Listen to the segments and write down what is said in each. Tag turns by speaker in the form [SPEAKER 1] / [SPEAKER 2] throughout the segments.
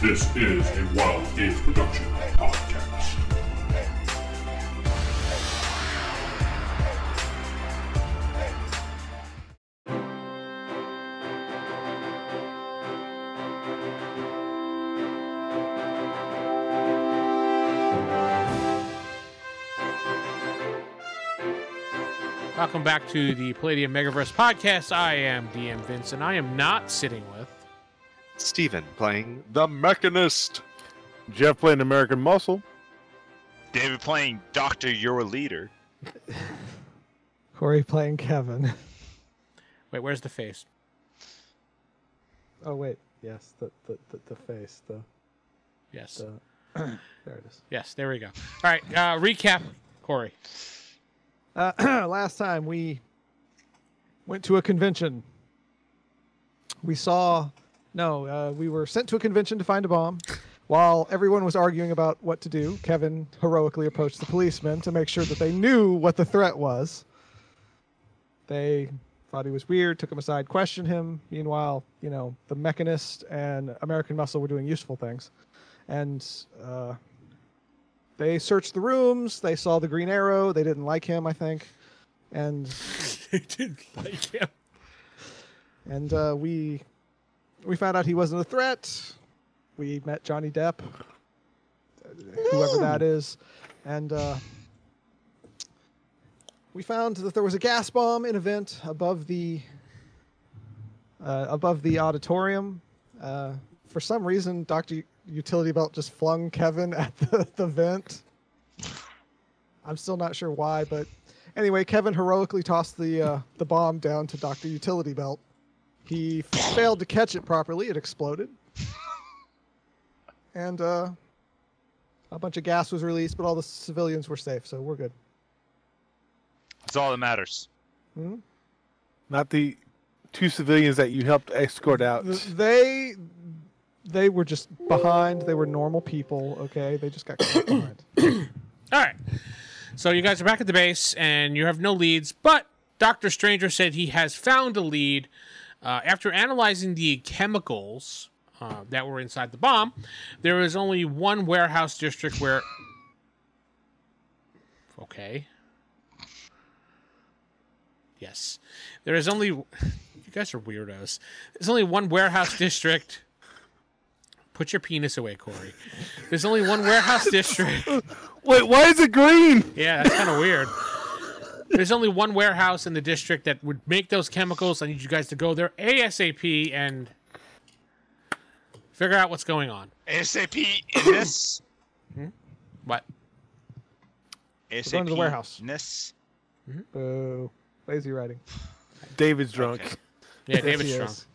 [SPEAKER 1] This is a Wild Game Production podcast.
[SPEAKER 2] Welcome back to the Palladium Megaverse podcast. I am DM Vince, and I am not sitting with.
[SPEAKER 3] Steven playing The Mechanist.
[SPEAKER 4] Jeff played an American Muscle.
[SPEAKER 5] David playing Doctor, you're a leader.
[SPEAKER 6] Corey playing Kevin.
[SPEAKER 2] Wait, where's the face?
[SPEAKER 6] Oh wait, yes, the the, the, the face, the,
[SPEAKER 2] Yes,
[SPEAKER 6] the there it is.
[SPEAKER 2] yes, there we go. All right, uh, recap, Corey.
[SPEAKER 6] Uh, last time we went to a convention. We saw, no, uh, we were sent to a convention to find a bomb. While everyone was arguing about what to do, Kevin heroically approached the policemen to make sure that they knew what the threat was. They thought he was weird, took him aside, questioned him. Meanwhile, you know, the mechanist and American Muscle were doing useful things. And uh, they searched the rooms. They saw the Green Arrow. They didn't like him, I think, and
[SPEAKER 2] they didn't like him.
[SPEAKER 6] and uh, we we found out he wasn't a threat. We met Johnny Depp, uh, whoever that is, and uh, we found that there was a gas bomb in event above the uh, above the auditorium. Uh, for some reason, Doctor Utility Belt just flung Kevin at the, the vent. I'm still not sure why, but anyway, Kevin heroically tossed the uh, the bomb down to Doctor Utility Belt. He failed to catch it properly. It exploded. and uh, a bunch of gas was released, but all the civilians were safe, so we're good.
[SPEAKER 5] That's all that matters.
[SPEAKER 4] Not the two civilians that you helped escort out.
[SPEAKER 6] Th- They they were just behind. They were normal people, okay? They just got caught behind.
[SPEAKER 2] All right, so you guys are back at the base, and you have no leads, but Doctor Stranger said he has found a lead. Uh, after analyzing the chemicals uh, that were inside the bomb, there is only one warehouse district where. Okay. Yes. There is only. You guys are weirdos. There's only one warehouse district. Put your penis away, Corey. There's only one warehouse district.
[SPEAKER 4] Wait, why is it green?
[SPEAKER 2] Yeah, that's kind of weird. There's only one warehouse in the district that would make those chemicals. I need you guys to go there ASAP and figure out what's going on.
[SPEAKER 5] ASAP in this.
[SPEAKER 2] What?
[SPEAKER 5] ASAP
[SPEAKER 6] going to the warehouse.
[SPEAKER 5] in this.
[SPEAKER 6] Boo. Lazy writing.
[SPEAKER 4] David's drunk.
[SPEAKER 5] Okay.
[SPEAKER 2] Yeah,
[SPEAKER 6] Yes,
[SPEAKER 2] David's
[SPEAKER 6] he
[SPEAKER 2] strong.
[SPEAKER 6] is.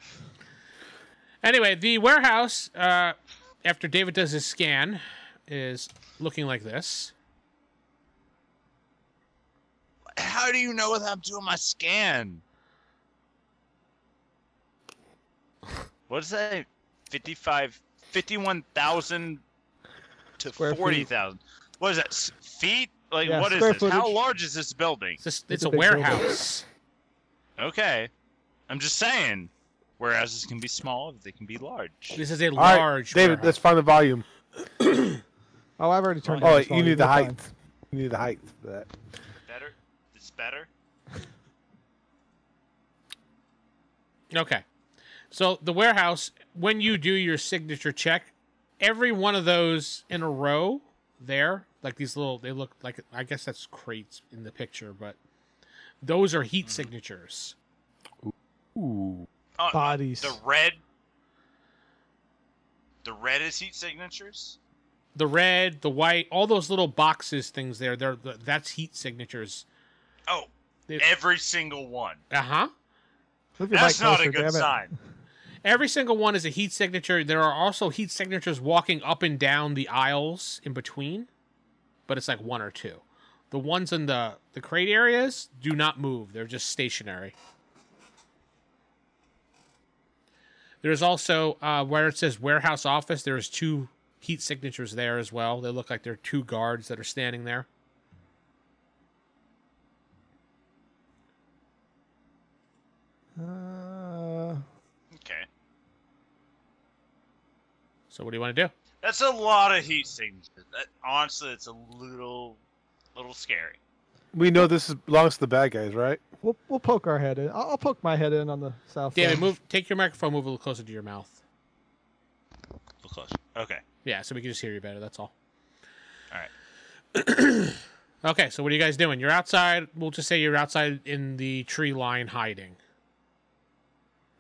[SPEAKER 2] Anyway, the warehouse, uh, after David does his scan, is looking like this.
[SPEAKER 5] How do you know without doing my scan? What is that? 55, 51,000 to
[SPEAKER 6] Square feet.
[SPEAKER 5] 40,000. What is that? s- Feet? Like,
[SPEAKER 6] Yeah,
[SPEAKER 5] what is
[SPEAKER 6] square
[SPEAKER 5] this? How
[SPEAKER 6] footage.
[SPEAKER 5] large is this building?
[SPEAKER 2] It's, just, it's,
[SPEAKER 6] It's
[SPEAKER 2] a,
[SPEAKER 6] a big
[SPEAKER 2] warehouse.
[SPEAKER 5] Okay. I'm just saying. Warehouses can be small, they can be large.
[SPEAKER 2] This is a
[SPEAKER 4] All right,
[SPEAKER 2] large
[SPEAKER 4] David,
[SPEAKER 2] warehouse.
[SPEAKER 4] let's find the volume.
[SPEAKER 6] Oh, I've already turned
[SPEAKER 4] Oh,
[SPEAKER 6] down
[SPEAKER 4] wait,
[SPEAKER 6] this
[SPEAKER 4] you
[SPEAKER 6] volume.
[SPEAKER 4] need the
[SPEAKER 6] We're
[SPEAKER 4] height.
[SPEAKER 6] fine.
[SPEAKER 4] You need the height for that.
[SPEAKER 5] Better? It's better?
[SPEAKER 2] Okay. So the warehouse, when you do your signature check, every one of those in a row there, like these little, they look like, I guess that's crates in the picture, but those are heat signatures.
[SPEAKER 4] Ooh.
[SPEAKER 5] Oh,
[SPEAKER 6] Bodies.
[SPEAKER 5] The red. The red is heat signatures.
[SPEAKER 2] The red, the white, all those little boxes things there, they're, the, that's heat signatures.
[SPEAKER 5] Oh,
[SPEAKER 2] They-
[SPEAKER 5] every single one.
[SPEAKER 2] Uh huh.
[SPEAKER 6] Move your
[SPEAKER 5] That's
[SPEAKER 6] mic
[SPEAKER 5] not a
[SPEAKER 6] closer,
[SPEAKER 5] good
[SPEAKER 6] damn it.
[SPEAKER 5] sign.
[SPEAKER 2] Every single one is a heat signature. There are also heat signatures walking up and down the aisles in between, but it's like one or two. The ones in the, the crate areas do not move, they're just stationary. There's also uh, where it says warehouse office, there's two heat signatures there as well. They look like they're two guards that are standing there.
[SPEAKER 6] Uh,
[SPEAKER 5] Okay.
[SPEAKER 2] So what do you want to do?
[SPEAKER 5] That's a lot of heat signatures. That, honestly, it's a little, little scary.
[SPEAKER 4] We know this is, belongs to the bad guys, right?
[SPEAKER 6] We'll we'll poke our head in. I'll, I'll poke my head in on the south.
[SPEAKER 2] David,
[SPEAKER 6] side.
[SPEAKER 2] move. Take your microphone. Move a little closer to your mouth.
[SPEAKER 5] Look close. Okay.
[SPEAKER 2] Yeah, so we can just hear you better. That's all.
[SPEAKER 5] All right.
[SPEAKER 2] Okay, so what are you guys doing? You're outside. We'll just say you're outside in the tree line hiding.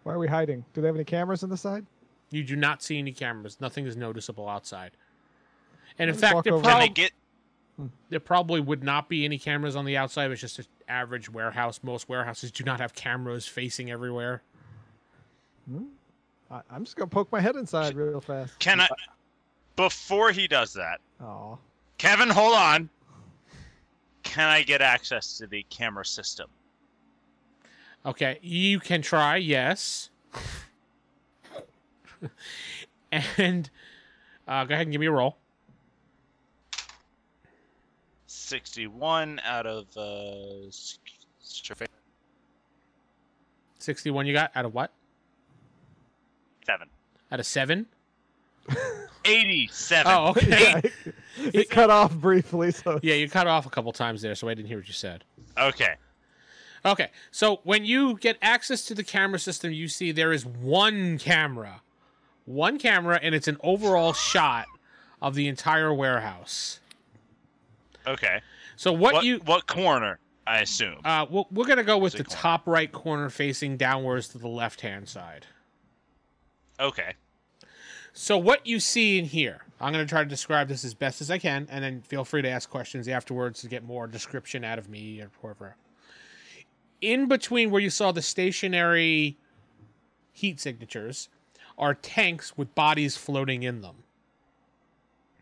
[SPEAKER 6] Why are we hiding? Do they have any cameras on the side?
[SPEAKER 2] You do not see any cameras. Nothing is noticeable outside. And in
[SPEAKER 6] Let's
[SPEAKER 2] fact,
[SPEAKER 6] walk
[SPEAKER 2] there,
[SPEAKER 6] over.
[SPEAKER 5] Can
[SPEAKER 2] prob-
[SPEAKER 5] they get?
[SPEAKER 2] there probably would not be any cameras on the outside. It's just an average warehouse. Most warehouses do not have cameras facing everywhere.
[SPEAKER 6] I, I'm just gonna poke my head inside real fast.
[SPEAKER 5] Can I? Before he does that,
[SPEAKER 6] Oh,
[SPEAKER 5] Kevin, hold on. Can I get access to the camera system?
[SPEAKER 2] Okay, you can try, yes. and uh, go ahead and give me a roll.
[SPEAKER 5] 61 out of uh, s- survey
[SPEAKER 2] 61 you got out of what?
[SPEAKER 5] 7.
[SPEAKER 2] Out of seven?
[SPEAKER 5] 87.
[SPEAKER 2] Oh, okay.
[SPEAKER 6] yeah, it, it cut off briefly. So
[SPEAKER 2] yeah, you cut off a couple times there, so I didn't hear what you said.
[SPEAKER 5] Okay.
[SPEAKER 2] Okay, so when you get access to the camera system, you see there is one camera. One camera, and it's an overall shot of the entire warehouse.
[SPEAKER 5] Okay.
[SPEAKER 2] So what,
[SPEAKER 5] What,
[SPEAKER 2] you
[SPEAKER 5] what corner? I assume.
[SPEAKER 2] uh, we're, we're gonna go with
[SPEAKER 5] Is it
[SPEAKER 2] the
[SPEAKER 5] corner?
[SPEAKER 2] top right corner facing downwards to the left hand side.
[SPEAKER 5] Okay.
[SPEAKER 2] So what you see in here, I'm going to try to describe this as best as I can, and then feel free to ask questions afterwards to get more description out of me or whoever. In between where you saw the stationary heat signatures are tanks with bodies floating in them.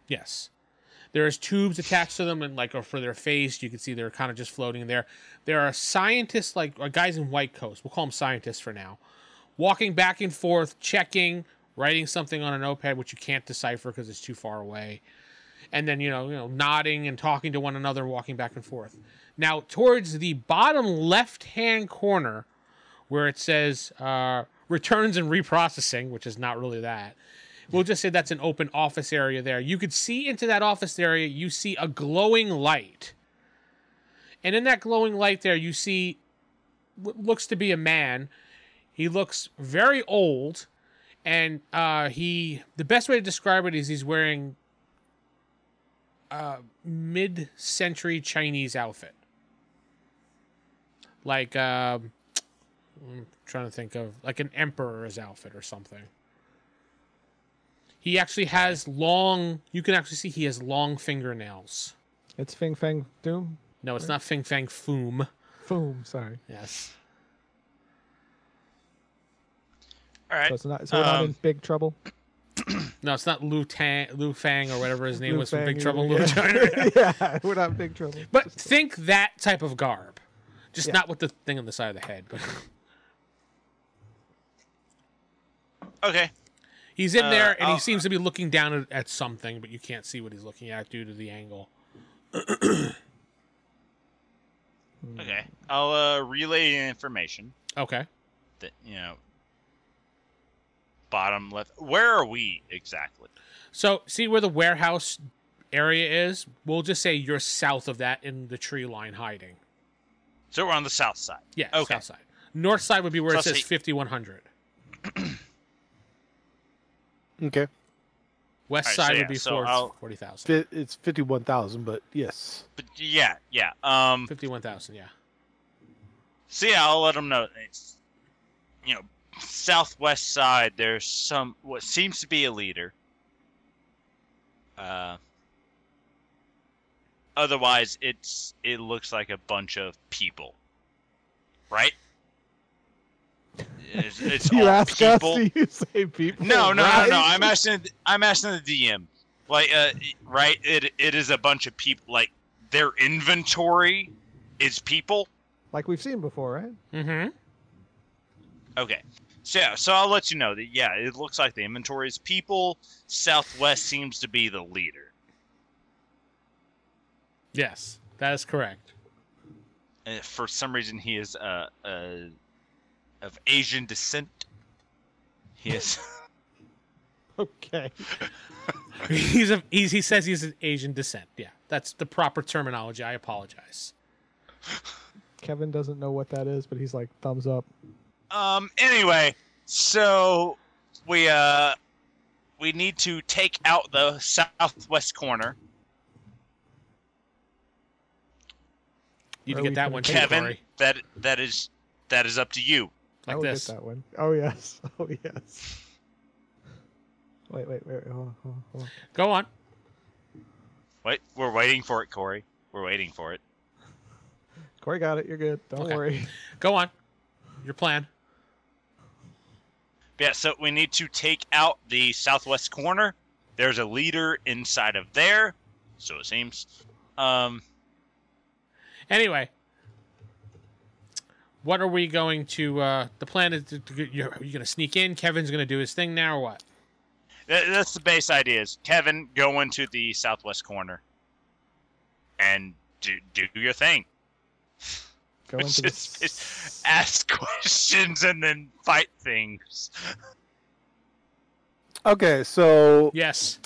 [SPEAKER 2] Yes. There is tubes attached to them and like or for their face, you can see they're kind of just floating in there. There are scientists like or guys in white coats. We'll call them scientists for now walking back and forth, checking, writing something on a notepad which you can't decipher because it's too far away, and then you know, you know, nodding and talking to one another, walking back and forth. Now, towards the bottom left-hand corner, where it says uh, "returns and reprocessing," which is not really that. We'll just say that's an open office area there. You could see into that office area, you see a glowing light. And in that glowing light there, you see what looks to be a man he looks very old, and uh, he the best way to describe it is he's wearing a mid-century Chinese outfit, like um, I'm trying to think of like an emperor's outfit or something. He actually has long. You can actually see he has long fingernails.
[SPEAKER 6] it's Fing Fang Doom.
[SPEAKER 2] No, it's not Fing Fang Foom.
[SPEAKER 6] Boom. Sorry.
[SPEAKER 2] Yes.
[SPEAKER 5] All right.
[SPEAKER 6] So it's not. So we're not
[SPEAKER 5] Um,
[SPEAKER 6] in big trouble.
[SPEAKER 2] No, it's not Lu Tang, Lu Fang, or whatever his name
[SPEAKER 6] Lu
[SPEAKER 2] was from
[SPEAKER 6] Fang,
[SPEAKER 2] Big Trouble in
[SPEAKER 6] yeah.
[SPEAKER 2] Little China.
[SPEAKER 6] yeah, we're not in big trouble.
[SPEAKER 2] But think that type of garb, just
[SPEAKER 6] Yeah.
[SPEAKER 2] not with the thing on the side of the head. But
[SPEAKER 5] Okay.
[SPEAKER 2] he's in there, and he
[SPEAKER 5] Uh, I'll-
[SPEAKER 2] seems to be looking down at, at something, but you can't see what he's looking at due to the angle.
[SPEAKER 5] Okay. I'll uh, relay the information
[SPEAKER 2] Okay,
[SPEAKER 5] that, you know, bottom left. Where are we exactly?
[SPEAKER 2] so see where the warehouse area is. We'll just say you're south of that in the tree line hiding.
[SPEAKER 5] So we're on the south side.
[SPEAKER 2] Yeah,
[SPEAKER 5] Okay.
[SPEAKER 2] south side. North side would be where
[SPEAKER 5] So
[SPEAKER 2] it says
[SPEAKER 5] see-
[SPEAKER 2] 5100.
[SPEAKER 4] Okay.
[SPEAKER 2] West
[SPEAKER 5] Alright, so
[SPEAKER 2] side
[SPEAKER 5] yeah,
[SPEAKER 2] would be
[SPEAKER 5] so
[SPEAKER 2] four-
[SPEAKER 5] I'll-
[SPEAKER 2] 40,000.
[SPEAKER 4] Fi it's 51,000, but yes.
[SPEAKER 5] But yeah, yeah. Um.
[SPEAKER 2] 51,000, yeah.
[SPEAKER 5] So yeah, I'll let them know. It's, you know, southwest side. There's some what seems to be a leader. Uh. Otherwise, it's it looks like a bunch of people. Right. It's, it's
[SPEAKER 6] Do you
[SPEAKER 5] all
[SPEAKER 6] ask
[SPEAKER 5] people.
[SPEAKER 6] us? Do you say people?
[SPEAKER 5] No, no,
[SPEAKER 6] right?
[SPEAKER 5] no, no. I'm asking. I'm asking the DM. Like, uh, right? It it is a bunch of people. Like their inventory is people.
[SPEAKER 6] like we've seen before, right?
[SPEAKER 2] Mm-hmm.
[SPEAKER 5] Okay. So yeah, so I'll let you know that yeah, it looks like the inventory is people. Southwest seems to be the leader.
[SPEAKER 2] Yes, that is correct.
[SPEAKER 5] Uh, for some reason, he is uh, uh of Asian descent. He is
[SPEAKER 6] Okay.
[SPEAKER 2] he's a he's, he says he's of Asian descent. Yeah, that's the proper terminology. I apologize.
[SPEAKER 6] Kevin doesn't know what that is, but he's like thumbs up.
[SPEAKER 5] Um. Anyway, so we uh we need to take out the southwest corner.
[SPEAKER 2] You can
[SPEAKER 6] Where we
[SPEAKER 2] get that
[SPEAKER 6] put
[SPEAKER 2] one,
[SPEAKER 6] it?
[SPEAKER 2] too,
[SPEAKER 5] Kevin,
[SPEAKER 2] Corey.
[SPEAKER 5] that that is that is up to you.
[SPEAKER 6] I
[SPEAKER 2] Like
[SPEAKER 6] will
[SPEAKER 2] this.
[SPEAKER 6] get that one. Oh yes. Oh yes. Wait, wait, wait. wait. Hold on, hold on, hold on.
[SPEAKER 2] Go on.
[SPEAKER 5] Wait, we're waiting for it, Corey. We're waiting for it.
[SPEAKER 6] Corey got it. You're good. Don't
[SPEAKER 2] Okay.
[SPEAKER 6] worry.
[SPEAKER 2] Go on. Your plan.
[SPEAKER 5] Yeah, so we need to take out the southwest corner. There's a leader inside of there, so it seems. Um,
[SPEAKER 2] Anyway, what are we going to? uh The plan is to, to get, you're, are you going to sneak in? Kevin's going to do his thing now, or what?
[SPEAKER 5] tha- that's the base idea. Is Kevin go into the southwest corner and do do your thing.
[SPEAKER 6] Go
[SPEAKER 5] It's
[SPEAKER 6] into the
[SPEAKER 5] just- it's-
[SPEAKER 6] s-
[SPEAKER 5] Ask questions and then fight things.
[SPEAKER 4] Okay, so
[SPEAKER 2] Yes.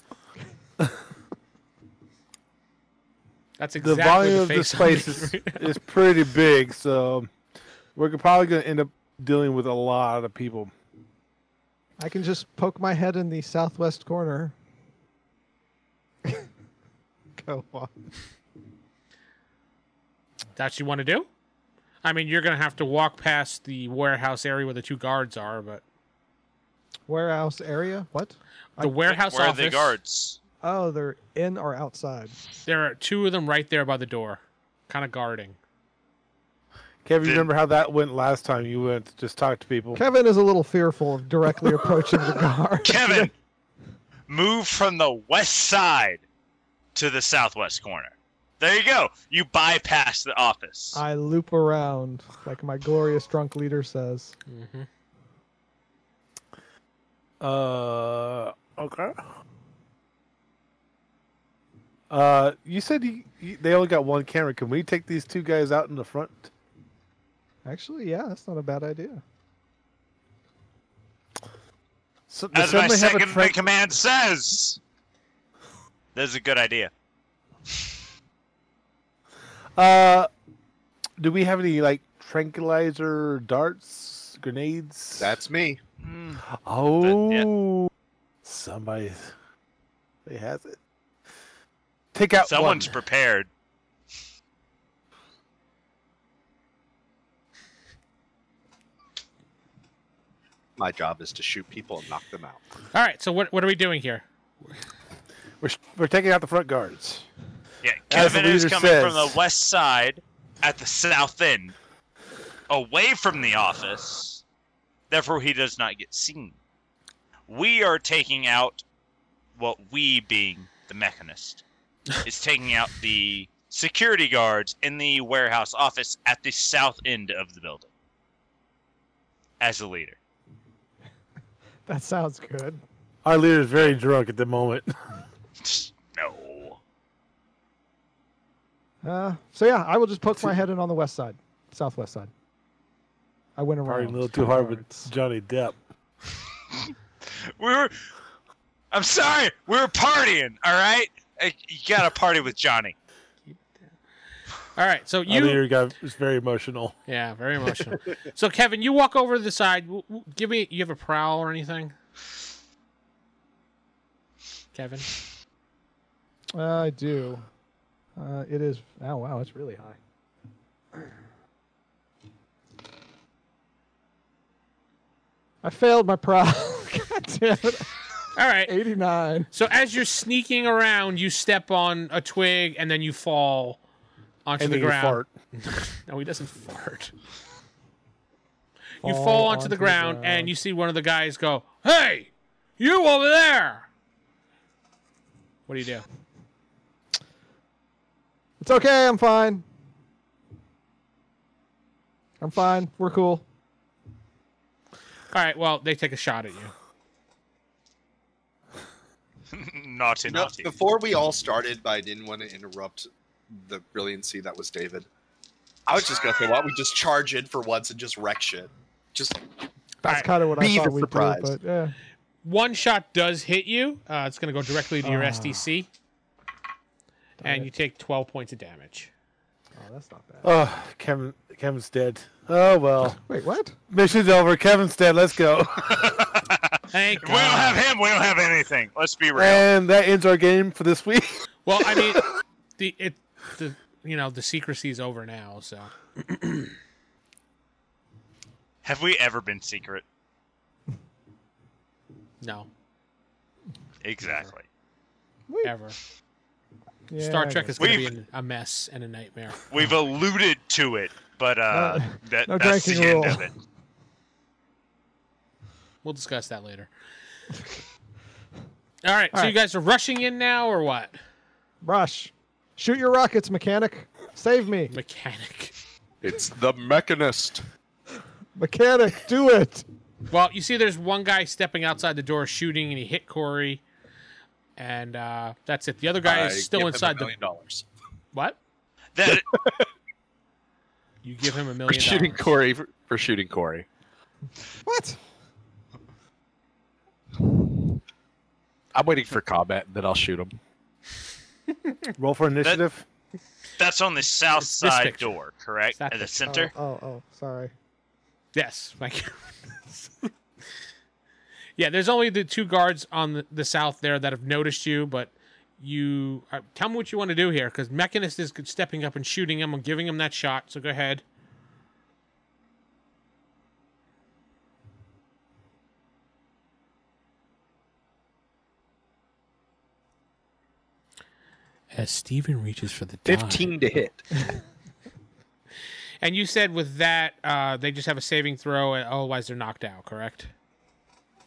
[SPEAKER 2] That's
[SPEAKER 4] the
[SPEAKER 2] exactly
[SPEAKER 4] volume
[SPEAKER 2] the
[SPEAKER 4] of this
[SPEAKER 2] face I'm
[SPEAKER 4] place
[SPEAKER 2] making
[SPEAKER 4] is,
[SPEAKER 2] right now.
[SPEAKER 4] is pretty big, so we're probably going to end up dealing with a lot of people.
[SPEAKER 6] I can just poke my head in the southwest corner. Go on.
[SPEAKER 2] That's what you want to do? I mean, you're going to have to walk past the warehouse area where the two guards are, but
[SPEAKER 6] Warehouse area? What?
[SPEAKER 2] the warehouse
[SPEAKER 5] Where
[SPEAKER 2] office.
[SPEAKER 5] are the guards?
[SPEAKER 6] Oh, they're in or outside.
[SPEAKER 2] There are two of them right there by the door, kind of guarding.
[SPEAKER 4] Kevin, you
[SPEAKER 5] Did-
[SPEAKER 4] remember how that went last time? You went to just talk to people.
[SPEAKER 6] Kevin is a little fearful of directly approaching the guard.
[SPEAKER 5] Kevin, move from the west side to the southwest corner. There you go. You bypass the office.
[SPEAKER 6] I loop around, like my glorious drunk leader says.
[SPEAKER 2] Mm-hmm.
[SPEAKER 4] Uh, okay. Uh, you said you, you, they only got one camera. Can we take these two guys out in the front?
[SPEAKER 6] Actually, yeah, that's not a bad idea.
[SPEAKER 4] So, does
[SPEAKER 5] As my
[SPEAKER 4] somebody have a
[SPEAKER 5] second in
[SPEAKER 4] tra-
[SPEAKER 5] command says, that's a good idea.
[SPEAKER 4] Uh, do we have any like tranquilizer darts, grenades?
[SPEAKER 3] That's me.
[SPEAKER 4] oh, somebody. They has it. Take out
[SPEAKER 5] Someone's
[SPEAKER 4] one.
[SPEAKER 5] prepared.
[SPEAKER 3] My job is to shoot people and knock them out.
[SPEAKER 2] All right, so what, what are we doing here?
[SPEAKER 4] We're, we're taking out the front guards.
[SPEAKER 5] Yeah,
[SPEAKER 4] As the
[SPEAKER 5] Kevin is
[SPEAKER 4] leader
[SPEAKER 5] coming from the
[SPEAKER 4] says.
[SPEAKER 5] west side at the south end, away from the office. Therefore, he does not get seen. We are taking out what we being the mechanist is taking out the security guards in the warehouse office at the south end of the building as a leader.
[SPEAKER 6] That sounds good.
[SPEAKER 4] Our leader is very drunk at the moment.
[SPEAKER 5] No.
[SPEAKER 6] Uh, so yeah, I will just poke my head in on the west side, southwest side. I went around.
[SPEAKER 4] Probably a little too hard with
[SPEAKER 6] Guards.
[SPEAKER 4] Johnny Depp.
[SPEAKER 5] We were. I'm sorry. We were partying. All right. Uh, You gotta party with Johnny.
[SPEAKER 2] All right, so
[SPEAKER 4] Our
[SPEAKER 2] you.
[SPEAKER 4] leader got was very emotional.
[SPEAKER 2] Yeah, very emotional. so, Kevin, you walk over to the side. W- w- Give me. You have a prowl or anything? Kevin?
[SPEAKER 6] I do. Uh, it is. Oh wow, it's really high. I failed my prowl. God damn it!
[SPEAKER 2] All right.
[SPEAKER 6] Eighty-nine.
[SPEAKER 2] So, as you're sneaking around, you step on a twig and then you fall onto
[SPEAKER 4] And
[SPEAKER 2] the
[SPEAKER 4] then you
[SPEAKER 2] ground.
[SPEAKER 4] fart.
[SPEAKER 2] No, he doesn't fart. you fall onto, the, ground, and you see one of the guys go, "Hey, you over there!" What do you do?
[SPEAKER 6] It's okay. I'm fine. I'm fine. We're cool.
[SPEAKER 2] All right, well, they take a shot at you.
[SPEAKER 5] naughty,
[SPEAKER 3] No,
[SPEAKER 5] naughty.
[SPEAKER 3] before we all started, but I didn't want to interrupt the brilliancy that was David. I was just gonna say, why don't we just charge in for once and just wreck shit? Just
[SPEAKER 6] That's
[SPEAKER 2] Alright,
[SPEAKER 6] kind of what I
[SPEAKER 3] be
[SPEAKER 6] thought
[SPEAKER 3] the
[SPEAKER 6] we'd
[SPEAKER 3] surprise.
[SPEAKER 6] do. But yeah,
[SPEAKER 2] One shot does hit you. Uh, it's going to go directly to your SDC, and
[SPEAKER 6] it.
[SPEAKER 2] you take 12 points of damage.
[SPEAKER 6] Oh, that's not bad.
[SPEAKER 4] Oh, Kevin, Kevin's dead. Oh well,
[SPEAKER 6] Wait, what?
[SPEAKER 4] mission's over. Kevin's dead. Let's go.
[SPEAKER 2] Thank
[SPEAKER 5] We don't
[SPEAKER 2] God.
[SPEAKER 5] have him. We don't have anything. Let's be real.
[SPEAKER 4] and that ends our game for this week.
[SPEAKER 2] Well, I mean, the it the you know the secrecy is over now. So
[SPEAKER 5] have we ever been secret?
[SPEAKER 2] no,
[SPEAKER 5] Exactly.
[SPEAKER 6] Wait.
[SPEAKER 2] ever.
[SPEAKER 6] Yeah,
[SPEAKER 2] Star
[SPEAKER 6] I
[SPEAKER 2] Trek
[SPEAKER 6] guess.
[SPEAKER 2] is going to be
[SPEAKER 5] We've-
[SPEAKER 2] an- a mess and a nightmare.
[SPEAKER 5] We've alluded to it, but uh,
[SPEAKER 6] Uh,
[SPEAKER 5] that,
[SPEAKER 6] no
[SPEAKER 5] that's the
[SPEAKER 6] drinking
[SPEAKER 5] end
[SPEAKER 6] rule.
[SPEAKER 5] of it.
[SPEAKER 2] We'll discuss that later. All right, so
[SPEAKER 6] All
[SPEAKER 2] you
[SPEAKER 6] right.
[SPEAKER 2] guys are rushing in now or what?
[SPEAKER 6] Rush. Shoot your rockets, mechanic. Save me.
[SPEAKER 2] Mechanic.
[SPEAKER 3] It's the mechanist.
[SPEAKER 6] Mechanic, do it.
[SPEAKER 2] Well, you see, there's one guy stepping outside the door shooting, and he hit Corey, and uh, that's it. The other guy
[SPEAKER 3] I
[SPEAKER 2] is still
[SPEAKER 3] give him
[SPEAKER 2] inside
[SPEAKER 3] a
[SPEAKER 2] the
[SPEAKER 3] million dollars.
[SPEAKER 2] what?
[SPEAKER 5] That
[SPEAKER 2] You give him a
[SPEAKER 3] For
[SPEAKER 2] million.
[SPEAKER 3] shooting
[SPEAKER 2] dollars.
[SPEAKER 3] Corey for, for shooting Corey.
[SPEAKER 6] What?
[SPEAKER 3] I'm waiting for combat, and then I'll shoot him.
[SPEAKER 4] Roll for initiative.
[SPEAKER 5] that's on the south
[SPEAKER 2] It's this
[SPEAKER 5] side
[SPEAKER 2] picture.
[SPEAKER 5] door, correct?
[SPEAKER 2] that
[SPEAKER 5] At the
[SPEAKER 2] picture.
[SPEAKER 5] center.
[SPEAKER 6] Oh, oh, oh, sorry.
[SPEAKER 2] Yes, thank you. yeah, there's only the two guards on the, the south there that have noticed you, but you uh, tell me what you want to do here because Mechanist is stepping up and shooting him and giving him that shot. So go ahead. As Steven reaches for the
[SPEAKER 3] Fifteen to hit.
[SPEAKER 2] and you said with that, uh, they just have a saving throw, and otherwise they're knocked out, correct?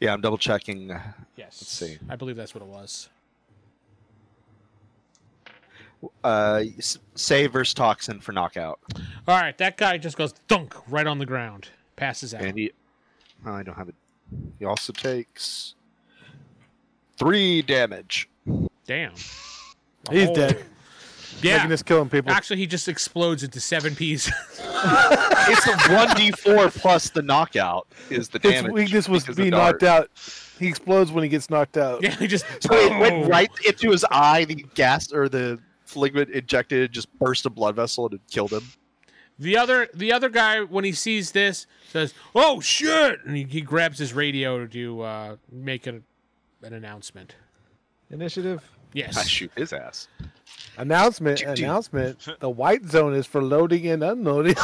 [SPEAKER 3] Yeah, I'm double checking.
[SPEAKER 2] Yes. Let's
[SPEAKER 3] see.
[SPEAKER 2] I believe that's what it was.
[SPEAKER 3] Uh, s- save versus toxin for knockout,
[SPEAKER 2] All right, that guy just goes dunk right on the ground, passes out.
[SPEAKER 3] and he. Oh, I don't have it. He also takes three damage.
[SPEAKER 2] Damn. A
[SPEAKER 4] He's
[SPEAKER 2] whole-
[SPEAKER 4] dead.
[SPEAKER 2] Yeah.
[SPEAKER 4] Making this killing people.
[SPEAKER 2] Actually, he just explodes into seven pieces.
[SPEAKER 3] It's a one d four plus the knockout is the
[SPEAKER 4] His
[SPEAKER 3] damage.
[SPEAKER 4] weakness was
[SPEAKER 3] because of
[SPEAKER 4] being
[SPEAKER 3] dart.
[SPEAKER 4] knocked out. He explodes when he gets knocked out.
[SPEAKER 2] yeah, he just.
[SPEAKER 3] So it
[SPEAKER 2] Oh.
[SPEAKER 3] went right into his eye. The gas or the fluid injected just burst a blood vessel and it killed him.
[SPEAKER 2] The other, the other guy, when he sees this, says, "Oh shit!" and he, he grabs his radio to uh, make an, an announcement.
[SPEAKER 6] Initiative.
[SPEAKER 3] I
[SPEAKER 2] Yes.
[SPEAKER 3] shoot his ass.
[SPEAKER 4] Announcement!
[SPEAKER 3] Dude, dude.
[SPEAKER 4] Announcement! The white zone is for loading and unloading.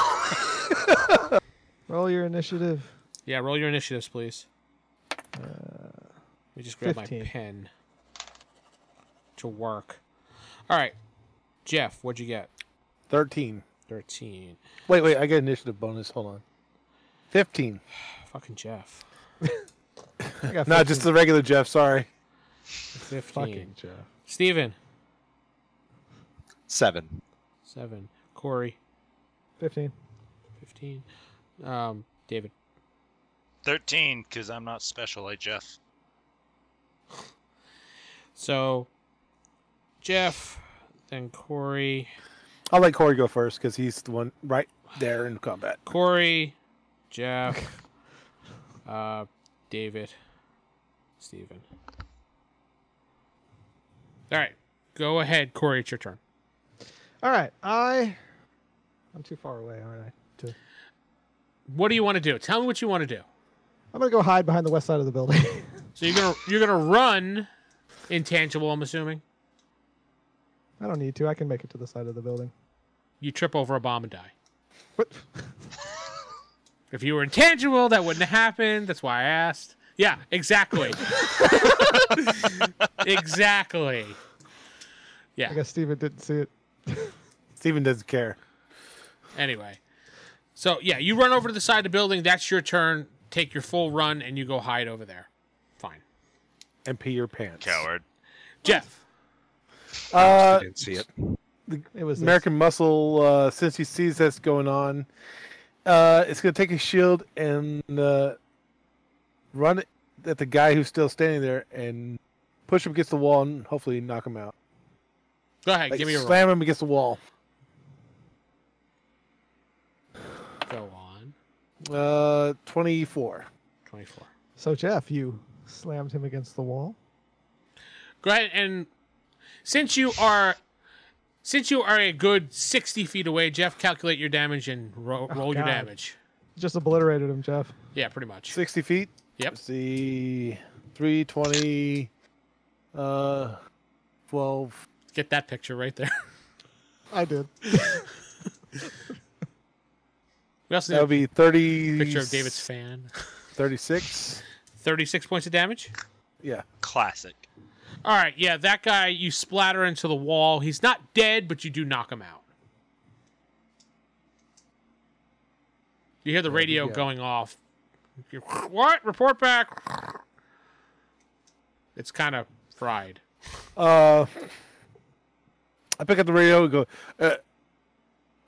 [SPEAKER 6] Roll your initiative.
[SPEAKER 2] Yeah. Roll your initiatives, please. Let me just grab my
[SPEAKER 6] 15.
[SPEAKER 2] pen to work. All right, Jeff, what'd you get?
[SPEAKER 4] Thirteen.
[SPEAKER 2] Thirteen.
[SPEAKER 4] Wait, wait. I get initiative bonus. Hold on. Fifteen.
[SPEAKER 2] Fucking Jeff.
[SPEAKER 6] I got
[SPEAKER 4] No, just the regular Jeff. Sorry.
[SPEAKER 2] 15.
[SPEAKER 6] fucking Jeff.
[SPEAKER 2] Steven.
[SPEAKER 3] Seven.
[SPEAKER 2] 7. Corey.
[SPEAKER 6] 15.
[SPEAKER 2] 15. Um, David.
[SPEAKER 5] 13, because I'm not special, like Jeff.
[SPEAKER 2] So, Jeff, then Corey.
[SPEAKER 4] I'll let Corey go first because he's the one right there in combat.
[SPEAKER 2] Corey, Jeff, uh, David, Steven. All right. Go ahead, Corey. It's your turn.
[SPEAKER 6] All right. I. I'm too far away, aren't I? To...
[SPEAKER 2] What do you want to do? Tell me what you want to do.
[SPEAKER 6] I'm going to go hide behind the west side of the building.
[SPEAKER 2] So you're gonna you're gonna run intangible. I'm assuming
[SPEAKER 6] I don't need to. I can make it to the side of the building.
[SPEAKER 2] you trip over a bomb and die.
[SPEAKER 6] What?
[SPEAKER 2] If you were intangible, that wouldn't have happened. That's why I asked. Yeah, exactly. exactly.
[SPEAKER 6] I
[SPEAKER 2] Yeah.
[SPEAKER 6] guess Steven didn't see it.
[SPEAKER 4] Steven doesn't care.
[SPEAKER 2] Anyway. So yeah, you run over to the side of the building, that's your turn. Take your full run and you go hide over there. Fine.
[SPEAKER 4] And pee your pants.
[SPEAKER 5] Coward.
[SPEAKER 2] Jeff.
[SPEAKER 4] Uh,
[SPEAKER 3] didn't see it.
[SPEAKER 6] It was this.
[SPEAKER 4] American Muscle, uh, since he sees that's going on, uh, it's going to take his shield and uh, run it at the guy who's still standing there and push him against the wall and hopefully knock him out.
[SPEAKER 2] Go ahead,
[SPEAKER 4] Like,
[SPEAKER 2] give me a roll.
[SPEAKER 4] slam him against the wall.
[SPEAKER 2] Go on.
[SPEAKER 4] Uh, 24. Uh,
[SPEAKER 2] Twenty four.
[SPEAKER 6] So, Jeff, you slammed him against the wall.
[SPEAKER 2] Go ahead and since you are since you are a good sixty feet away, Jeff, calculate your damage and
[SPEAKER 4] Oh,
[SPEAKER 2] ro- roll your
[SPEAKER 6] God.
[SPEAKER 2] damage.
[SPEAKER 6] Just obliterated him, Jeff.
[SPEAKER 2] Yeah, pretty much.
[SPEAKER 4] 60 feet.
[SPEAKER 2] Yep.
[SPEAKER 4] See, 320, uh, 12.
[SPEAKER 2] Get that picture right there.
[SPEAKER 6] I did.
[SPEAKER 2] We also
[SPEAKER 4] That would
[SPEAKER 2] need
[SPEAKER 4] be 30.
[SPEAKER 2] a picture of David's fan.
[SPEAKER 4] 36.
[SPEAKER 2] Thirty-six points of damage.
[SPEAKER 4] Yeah.
[SPEAKER 5] Classic.
[SPEAKER 2] All right, yeah, that guy you splatter into the wall. He's not dead, but you do knock him out. You hear the radio
[SPEAKER 4] yeah.
[SPEAKER 2] going off. You're, what? Report back. It's kind of fried.
[SPEAKER 4] Uh, I pick up the radio and go, uh,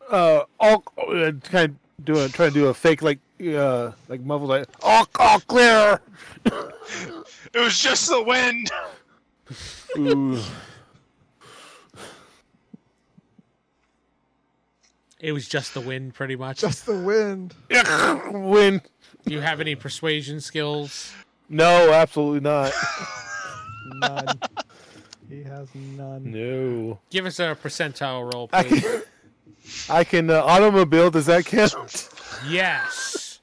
[SPEAKER 4] uh, all, uh, kind of do a, try to do a fake, like, uh, like muffled, like, all, all clear.
[SPEAKER 5] It was just the wind.
[SPEAKER 4] Ooh.
[SPEAKER 2] It was just the wind, pretty much.
[SPEAKER 6] Just the wind.
[SPEAKER 4] Win.
[SPEAKER 2] Do you have any persuasion skills?
[SPEAKER 4] No, absolutely not.
[SPEAKER 6] None. he has none.
[SPEAKER 4] No.
[SPEAKER 2] Give us a percentile roll,
[SPEAKER 4] I
[SPEAKER 2] please.
[SPEAKER 4] can, I can uh, automobile. Does that count?
[SPEAKER 2] yes.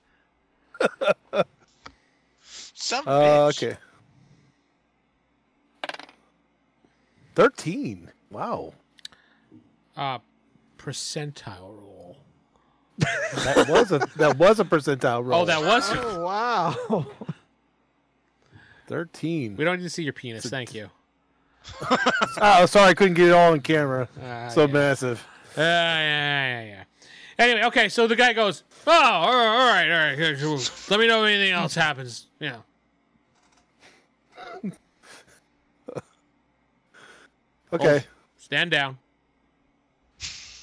[SPEAKER 5] Some
[SPEAKER 4] Uh,
[SPEAKER 5] bitch.
[SPEAKER 4] okay. Thirteen. Wow.
[SPEAKER 2] Uh, percentile roll.
[SPEAKER 4] That was a that was a percentile roll.
[SPEAKER 2] Oh, that was.
[SPEAKER 6] Oh wow.
[SPEAKER 4] thirteen.
[SPEAKER 2] We don't need to see your penis. Thank you.
[SPEAKER 4] Oh, sorry, I couldn't get it all on camera.
[SPEAKER 2] Ah,
[SPEAKER 4] so
[SPEAKER 2] yeah.
[SPEAKER 4] massive.
[SPEAKER 2] Uh, yeah, yeah, yeah. Anyway, okay, so the guy goes, "Oh, all right, all right, all right. here, here, Let me know if anything else happens." Yeah.
[SPEAKER 4] Okay,
[SPEAKER 2] Oh. Stand down.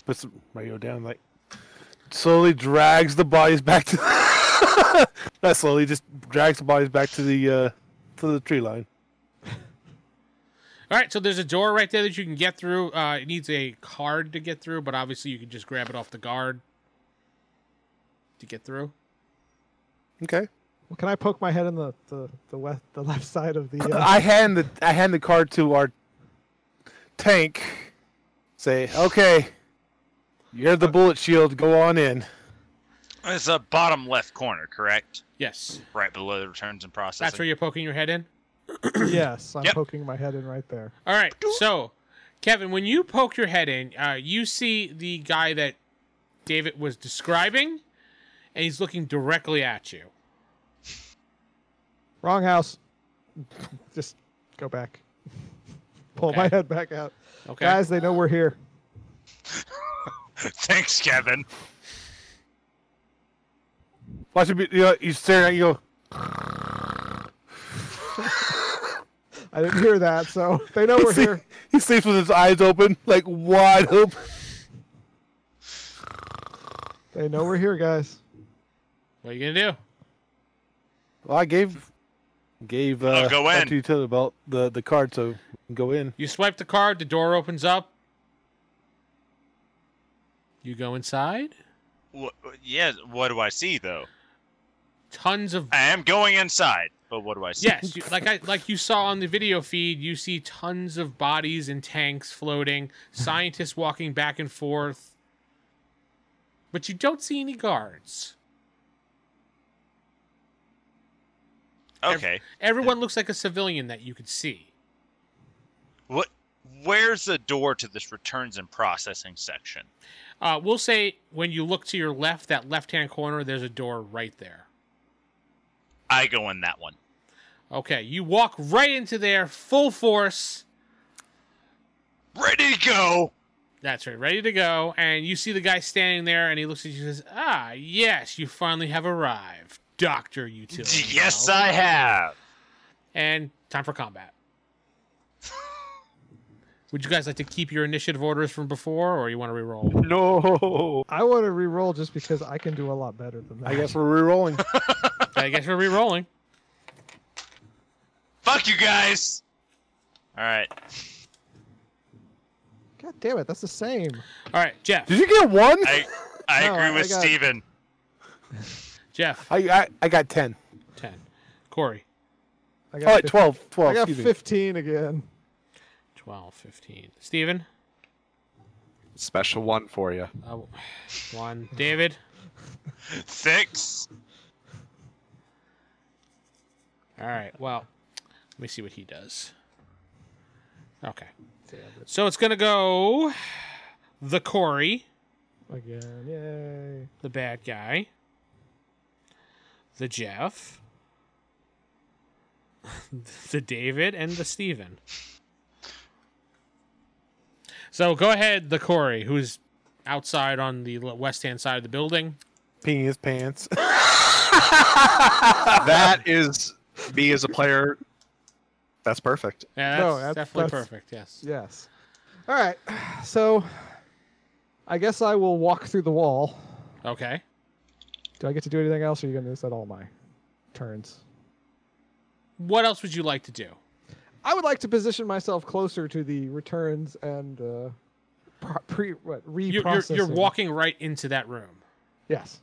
[SPEAKER 4] puts the radio down. Like slowly drags the bodies back to. Not slowly, just drags the bodies back to the uh, to the tree line.
[SPEAKER 2] All right, so there's a door right there that you can get through. Uh, it needs a card to get through, but obviously you can just grab it off the guard to get through.
[SPEAKER 4] Okay.
[SPEAKER 6] Well, can I poke my head in the the the, west, the left side of the? Uh,
[SPEAKER 4] I hand the I hand the card to our tank. Say, okay, you're the bullet shield. Go on in.
[SPEAKER 5] It's the bottom left corner, correct?
[SPEAKER 2] Yes,
[SPEAKER 5] Right below the returns and processing.
[SPEAKER 2] that's where you're poking your head in.
[SPEAKER 6] yes, I'm
[SPEAKER 5] Yep.
[SPEAKER 6] poking my head in right there.
[SPEAKER 2] All right, so Kevin, when you poke your head in, uh, you see the guy that David was describing, and he's looking directly at you.
[SPEAKER 6] Wrong house. Just go back. Pull my
[SPEAKER 2] Okay.
[SPEAKER 6] head back out.
[SPEAKER 2] Okay.
[SPEAKER 6] Guys, they know we're here.
[SPEAKER 5] Thanks, Kevin.
[SPEAKER 4] Watch it. Be, you, know, you stare at it, you. Go,
[SPEAKER 6] I didn't hear that, so they know we're here.
[SPEAKER 4] He sleeps with his eyes open, like wide open.
[SPEAKER 6] They know we're here, guys.
[SPEAKER 2] What are you gonna do?
[SPEAKER 4] Well, I gave gave uh,
[SPEAKER 5] Oh, go in.
[SPEAKER 4] back to you tell about the the card, so you can go in.
[SPEAKER 2] You swipe the card, the door opens up. You go inside.
[SPEAKER 5] Wh- yeah, what do I see though?
[SPEAKER 2] Tons of
[SPEAKER 5] I am going inside, but what do I see?
[SPEAKER 2] yes, you, like I like you saw on the video feed, you see tons of bodies and tanks floating, scientists walking back and forth. But you don't see any guards.
[SPEAKER 5] Okay.
[SPEAKER 2] Everyone looks like a civilian that you could see.
[SPEAKER 5] What? Where's the door to this returns and processing section?
[SPEAKER 2] Uh, we'll say when you look to your left, that left-hand corner, there's a door right there.
[SPEAKER 5] I go in that one.
[SPEAKER 2] Okay, you walk right into there, full force.
[SPEAKER 5] Ready to go.
[SPEAKER 2] That's right, ready to go. And you see the guy standing there, and he looks at you and says, Ah, yes, you finally have arrived, Dr. Utility.
[SPEAKER 5] Yes,
[SPEAKER 2] Belt."
[SPEAKER 5] I have.
[SPEAKER 2] And time for combat. Would you guys like to keep your initiative orders from before, or you want to reroll?
[SPEAKER 4] No,
[SPEAKER 6] I want to re-roll just because I can do a lot better than that.
[SPEAKER 4] I guess we're re-rolling.
[SPEAKER 2] I guess we're rerolling.
[SPEAKER 5] Fuck you guys. All right.
[SPEAKER 6] God damn it, that's the same.
[SPEAKER 2] All right, Jeff.
[SPEAKER 4] Did you get one?
[SPEAKER 5] I I
[SPEAKER 6] No, I-
[SPEAKER 5] agree with
[SPEAKER 6] I got-
[SPEAKER 5] Steven.
[SPEAKER 2] Jeff,
[SPEAKER 4] I I, I got ten.
[SPEAKER 2] 10. Corey,
[SPEAKER 6] I
[SPEAKER 4] Oh,
[SPEAKER 6] got,
[SPEAKER 4] wait, 12. 12.
[SPEAKER 6] I got
[SPEAKER 4] excuse me.
[SPEAKER 6] 15 again.
[SPEAKER 2] 12, 15. Steven?
[SPEAKER 3] Special one for you.
[SPEAKER 2] Uh, one. David?
[SPEAKER 5] Six.
[SPEAKER 2] All right. Well, let me see what he does. Okay. So it's going to go the Corey,
[SPEAKER 6] Again. Yay.
[SPEAKER 2] the bad guy, the Jeff, the David, and the Steven. So go ahead, the Corey, who's outside on the west hand side of the building.
[SPEAKER 4] Peeing his pants.
[SPEAKER 3] That is me as a player. That's perfect.
[SPEAKER 2] Yeah, that's
[SPEAKER 6] No, that's-
[SPEAKER 2] definitely
[SPEAKER 6] that's-
[SPEAKER 2] perfect. Yes.
[SPEAKER 6] Yes. All right. So I guess I will walk through the wall.
[SPEAKER 2] Okay.
[SPEAKER 6] Do I get to do anything else? Or are you going to is that all my turns?
[SPEAKER 2] What else would you like to do?
[SPEAKER 6] I would like to position myself closer to the returns and uh, pro- pre what
[SPEAKER 2] You're, you're,
[SPEAKER 6] reprocessing.
[SPEAKER 2] you're walking right into that room.
[SPEAKER 6] Yes.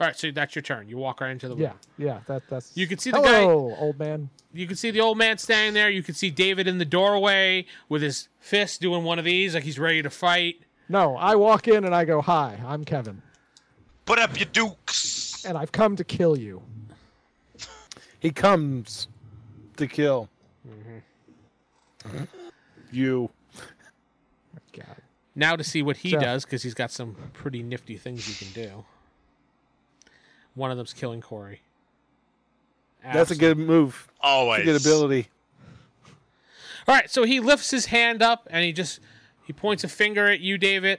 [SPEAKER 2] All right, so that's your turn. You walk right into the room.
[SPEAKER 6] Yeah. Yeah. That that's.
[SPEAKER 2] You can see the
[SPEAKER 6] Hello,
[SPEAKER 2] guy.
[SPEAKER 6] old man.
[SPEAKER 2] You can see the old man standing there. You can see David in the doorway with his fist doing one of these, like he's ready to fight.
[SPEAKER 6] No, I walk in and I go, "Hi, I'm Kevin,
[SPEAKER 5] Put up your dukes.
[SPEAKER 6] and I've come to kill you."
[SPEAKER 4] he comes to kill.
[SPEAKER 2] Mm-hmm.
[SPEAKER 4] You.
[SPEAKER 6] God.
[SPEAKER 2] Now to see what he
[SPEAKER 6] Jeff.
[SPEAKER 2] does, because he's got some pretty nifty things you can do. One of them's killing Corey.
[SPEAKER 4] That's a good move.
[SPEAKER 5] Always.
[SPEAKER 4] Good ability.
[SPEAKER 2] All right, so he lifts his hand up and he just he points a finger at you, David.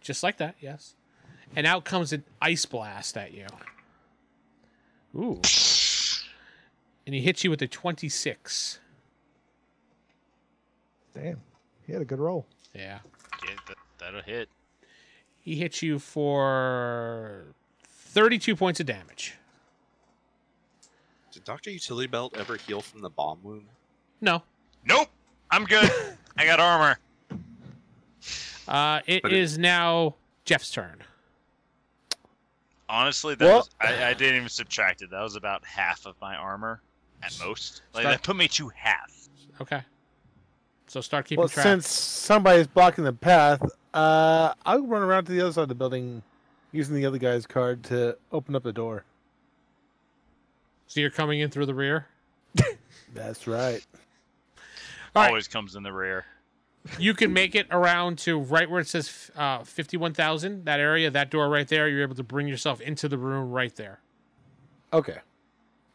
[SPEAKER 2] Just like that, yes. And out comes an ice blast at you. Ooh. And he hits you with a 26.
[SPEAKER 6] Damn. He had a good roll.
[SPEAKER 2] Yeah.
[SPEAKER 5] Yeah, that, that'll hit.
[SPEAKER 2] He hits you for 32 points of damage.
[SPEAKER 3] Did Doctor Utility Belt ever heal from the bomb wound?
[SPEAKER 2] No.
[SPEAKER 5] Nope. I'm good. I got armor.
[SPEAKER 2] Uh, it
[SPEAKER 3] But it-
[SPEAKER 2] is now Jeff's turn.
[SPEAKER 5] Honestly, that
[SPEAKER 4] Well-
[SPEAKER 5] was, I, I didn't even subtract it. That was about half of my armor at most. Like
[SPEAKER 2] Start-
[SPEAKER 5] that put me to half.
[SPEAKER 2] Okay. So start keeping
[SPEAKER 4] Well,
[SPEAKER 2] track.
[SPEAKER 4] since somebody's blocking the path, uh, I'll run around to the other side of the building using the other guy's card to open up the door.
[SPEAKER 2] so you're coming in through the rear.
[SPEAKER 4] That's right.
[SPEAKER 3] Oh,
[SPEAKER 2] All right.
[SPEAKER 5] Always comes in the rear.
[SPEAKER 2] you can make it around to right where it says uh, 51,000, that area, that door right there. You're able to bring yourself into the room right there.
[SPEAKER 4] Okay.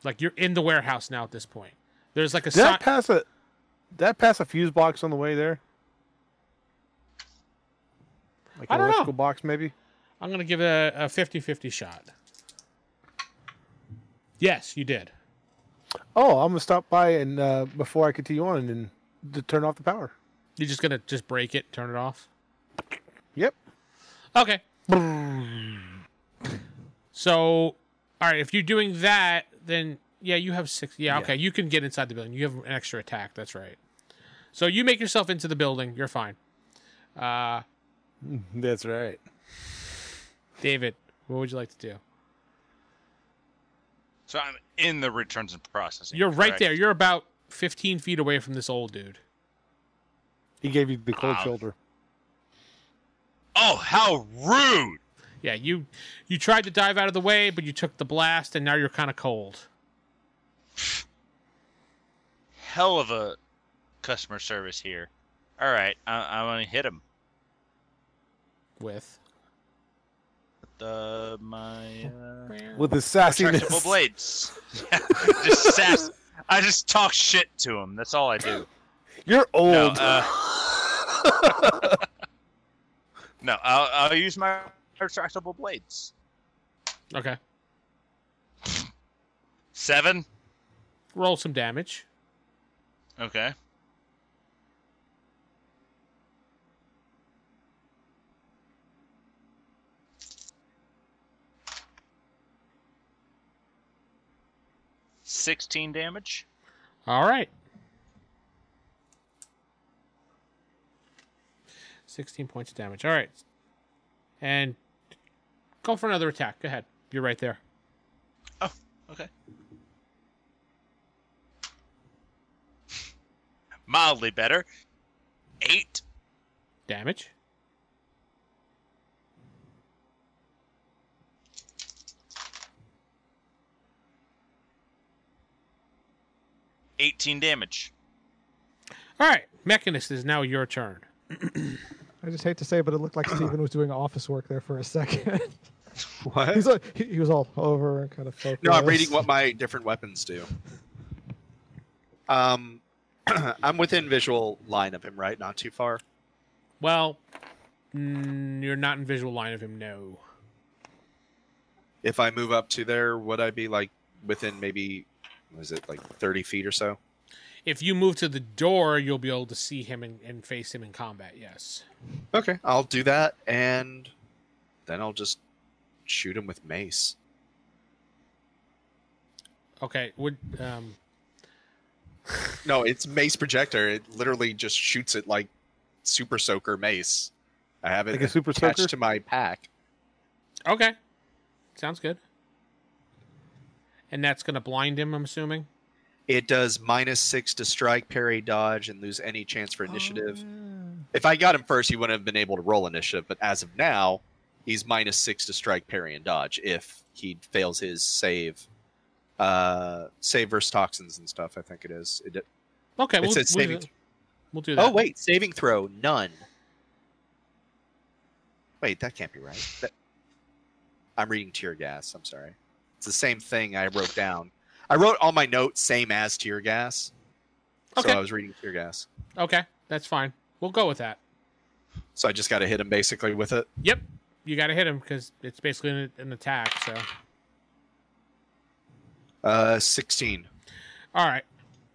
[SPEAKER 2] Like you're in the warehouse now at this point. There's like a
[SPEAKER 4] Did I
[SPEAKER 2] sign.
[SPEAKER 4] pass a did I pass a fuse box on the way there? Like
[SPEAKER 2] I
[SPEAKER 4] an
[SPEAKER 2] don't know.
[SPEAKER 4] electrical box maybe?
[SPEAKER 2] I'm going to give it a 50 50 shot. Yes, you did.
[SPEAKER 4] Oh, I'm gonna stop by and uh, before I continue on and to turn off the power.
[SPEAKER 2] You're just going to just break it, turn it off.
[SPEAKER 4] Yep.
[SPEAKER 2] Okay. So, all right, if you're doing that, then yeah, you have six. Yeah, okay, you can get inside the building. You have an extra attack. That's right. So you make yourself into the building. You're fine. Uh,
[SPEAKER 4] That's right.
[SPEAKER 2] David, what would you like to do?
[SPEAKER 5] So I'm in the returns and processing.
[SPEAKER 2] You're right
[SPEAKER 5] correct?
[SPEAKER 2] there. You're about 15 feet away from this old dude.
[SPEAKER 4] He gave you the cold
[SPEAKER 5] Wow.
[SPEAKER 4] shoulder.
[SPEAKER 5] Oh, how rude!
[SPEAKER 2] Yeah, you you tried to dive out of the way, but you took the blast, and now you're kind of cold.
[SPEAKER 5] Hell of a customer service here. All right, I, I'm gonna hit him.
[SPEAKER 2] With
[SPEAKER 5] With, uh, my uh,
[SPEAKER 4] With the
[SPEAKER 5] retractable
[SPEAKER 4] sassiness.
[SPEAKER 5] blades. just sass. I just talk shit to him. That's all I do.
[SPEAKER 4] You're old.
[SPEAKER 5] No, uh, no. I'll, I'll use my retractable blades.
[SPEAKER 2] okay,
[SPEAKER 5] Seven.
[SPEAKER 2] roll some damage.
[SPEAKER 5] Okay. Sixteen damage.
[SPEAKER 2] All right. 16 points of damage. All right. And go for another attack. Go ahead. You're right there.
[SPEAKER 5] Oh, okay. mildly better. Eight.
[SPEAKER 2] Damage.
[SPEAKER 5] Eighteen damage.
[SPEAKER 2] All right, Mechanist is now your turn.
[SPEAKER 6] I just hate to say, it, but it looked like Steven was doing office work there for a second.
[SPEAKER 3] What?
[SPEAKER 6] He's like, he, he was all over and kind of focused.
[SPEAKER 3] No, I'm reading what my different weapons do. Um, I'm within visual line of him, right? Not too far.
[SPEAKER 2] Well, mm, you're not in visual line of him. No.
[SPEAKER 3] If I move up to there, would I be like within maybe, what is it, like 30 feet or so?
[SPEAKER 2] If you move to the door, you'll be able to see him and, and face him in combat. Yes.
[SPEAKER 3] Okay, I'll do that, and then I'll just shoot him with mace.
[SPEAKER 2] Okay. Would um.
[SPEAKER 3] No, it's mace projector. It literally just shoots it like super soaker mace. I have it
[SPEAKER 4] Like a super
[SPEAKER 3] attached
[SPEAKER 4] soaker?
[SPEAKER 3] to my pack.
[SPEAKER 2] Okay. Sounds good. And that's gonna blind him. I'm assuming.
[SPEAKER 3] It does minus six to strike, parry, dodge, and lose any chance for initiative. If I got him first, he wouldn't have been able to roll initiative. But as of now, he's minus six to strike, parry, and dodge if he fails his save, uh, save versus toxins and stuff. I think it is. It,
[SPEAKER 2] Okay.
[SPEAKER 3] It
[SPEAKER 2] we'll,
[SPEAKER 3] says
[SPEAKER 2] we'll,
[SPEAKER 3] saving
[SPEAKER 2] do- we'll do that.
[SPEAKER 3] oh wait, saving throw none. Wait, that can't be right. That- I'm reading tear gas. I'm sorry. It's the same thing I wrote down. I wrote all my notes same as tear gas.
[SPEAKER 2] Okay.
[SPEAKER 3] So I was reading tear gas.
[SPEAKER 2] Okay. That's fine. We'll go with that.
[SPEAKER 3] So I just got to hit him basically with it.
[SPEAKER 2] Yep. You gotta hit him because it's basically an, an attack. So.
[SPEAKER 3] Uh, 16.
[SPEAKER 2] All right.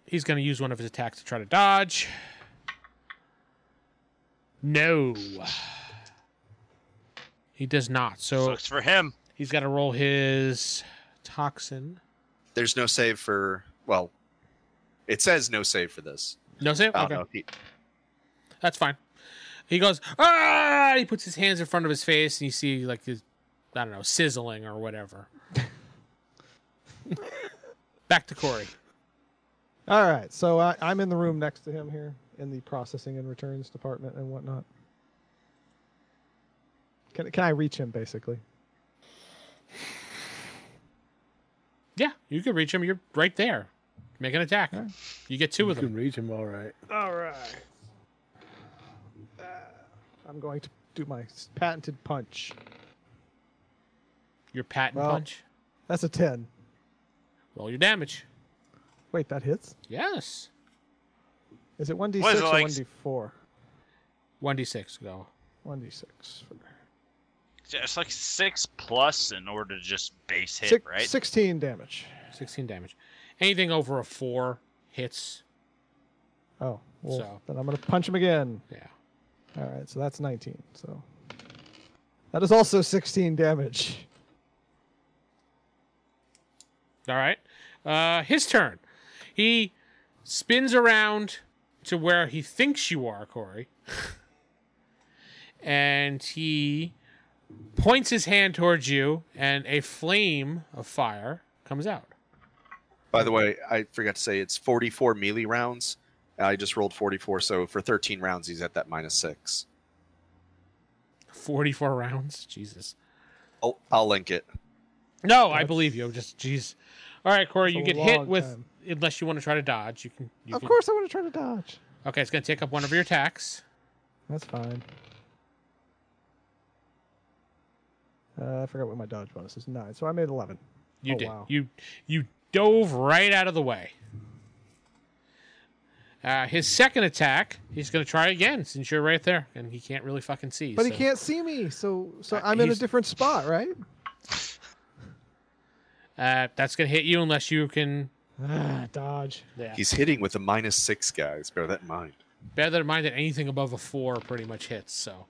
[SPEAKER 2] He's going to use one of his attacks to try to dodge. No. He does not. So
[SPEAKER 5] Sucks for him.
[SPEAKER 2] he's got to roll his toxin.
[SPEAKER 3] There's no save for. Well, it says no save for this.
[SPEAKER 2] No save?
[SPEAKER 3] I
[SPEAKER 2] Okay.
[SPEAKER 3] don't know. if he-
[SPEAKER 2] That's fine. He goes, ah! He puts his hands in front of his face, and you see, like, his, I don't know, sizzling or whatever. Back to Corey.
[SPEAKER 6] All right, so I, I'm in the room next to him here in the processing and returns department and whatnot. Can can I reach him basically?
[SPEAKER 2] Yeah, you can reach him. You're right there. Make an attack.
[SPEAKER 6] All right.
[SPEAKER 2] You get two
[SPEAKER 4] you
[SPEAKER 2] of them.
[SPEAKER 4] can reach him all right.
[SPEAKER 6] All right. Uh, I'm going to do my s- patented punch.
[SPEAKER 2] Your patent
[SPEAKER 6] Well-
[SPEAKER 2] punch.
[SPEAKER 6] That's a ten.
[SPEAKER 2] Roll your damage.
[SPEAKER 6] Wait, that hits.
[SPEAKER 2] Yes.
[SPEAKER 6] Is it one d
[SPEAKER 5] What is
[SPEAKER 6] six
[SPEAKER 5] it
[SPEAKER 6] or
[SPEAKER 5] like-
[SPEAKER 6] one d four?
[SPEAKER 2] 1d6 go.
[SPEAKER 6] One d six.
[SPEAKER 5] It's like six plus in order to just base hit,
[SPEAKER 6] Six,
[SPEAKER 5] right?
[SPEAKER 6] Sixteen damage.
[SPEAKER 2] 16 damage. Anything over a 4 hits.
[SPEAKER 6] Oh, well,
[SPEAKER 2] So.
[SPEAKER 6] then I'm gonna punch him again.
[SPEAKER 2] Yeah.
[SPEAKER 6] All right, so that's 19. So that is also 16 damage.
[SPEAKER 2] All right. Uh, his turn. He spins around to where he thinks you are, Corey. and he points his hand towards you, and a flame of fire comes out.
[SPEAKER 3] By the way, I forgot to say it's 44 melee rounds. I just rolled 44, so for 13 rounds, he's at that minus six.
[SPEAKER 2] 44 rounds. Jesus.
[SPEAKER 3] I'll, I'll link it.
[SPEAKER 2] No, I
[SPEAKER 6] That's-
[SPEAKER 2] believe you. Just, jeez. All right, Corey,
[SPEAKER 6] That's
[SPEAKER 2] you
[SPEAKER 6] a
[SPEAKER 2] get hit
[SPEAKER 6] long
[SPEAKER 2] with,
[SPEAKER 6] time.
[SPEAKER 2] unless you want to try to dodge. You can. You
[SPEAKER 6] Of
[SPEAKER 2] can-
[SPEAKER 6] course, I want to try to dodge.
[SPEAKER 2] Okay, it's going to take up one of your attacks.
[SPEAKER 6] That's fine. Uh, I forgot what my dodge bonus is. Nine. So I made 11.
[SPEAKER 2] You
[SPEAKER 6] Oh,
[SPEAKER 2] did.
[SPEAKER 6] wow.
[SPEAKER 2] You you dove right out of the way. Uh, his second attack, he's going to try again since you're right there, and he can't really fucking see.
[SPEAKER 6] But he
[SPEAKER 2] so-
[SPEAKER 6] can't see me, so so
[SPEAKER 2] Uh,
[SPEAKER 6] I'm in a
[SPEAKER 2] he's-
[SPEAKER 6] different spot, right?
[SPEAKER 2] Uh, that's going to hit you unless you can.
[SPEAKER 6] Ah, dodge.
[SPEAKER 2] Yeah.
[SPEAKER 3] He's hitting with a minus six, guys. Bear that in mind.
[SPEAKER 2] Bear that in mind that anything above a four pretty much hits. So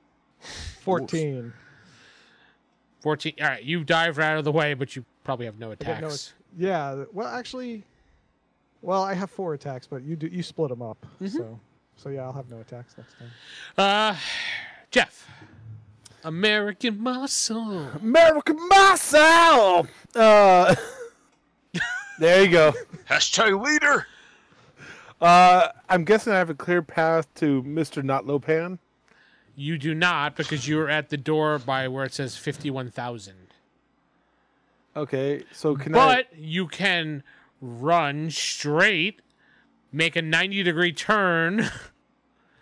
[SPEAKER 6] 14.
[SPEAKER 2] 14. All right, you dive right out of the way, but you probably have no
[SPEAKER 6] I didn't know
[SPEAKER 2] attacks.
[SPEAKER 6] it- yeah. th- Well, actually, well, I have four attacks, but you do you split them up. So so yeah, I'll have no attacks next time.
[SPEAKER 2] Uh, Jeff, American Muscle.
[SPEAKER 4] American muscle. Uh, there you go.
[SPEAKER 5] Hashtag leader.
[SPEAKER 4] Uh, I'm guessing I have a clear path to Mister Not Lopan.
[SPEAKER 2] You do not because you are at the door by where it says 51,000.
[SPEAKER 4] Okay, so can I?
[SPEAKER 2] But you can run straight, make a 90 degree turn,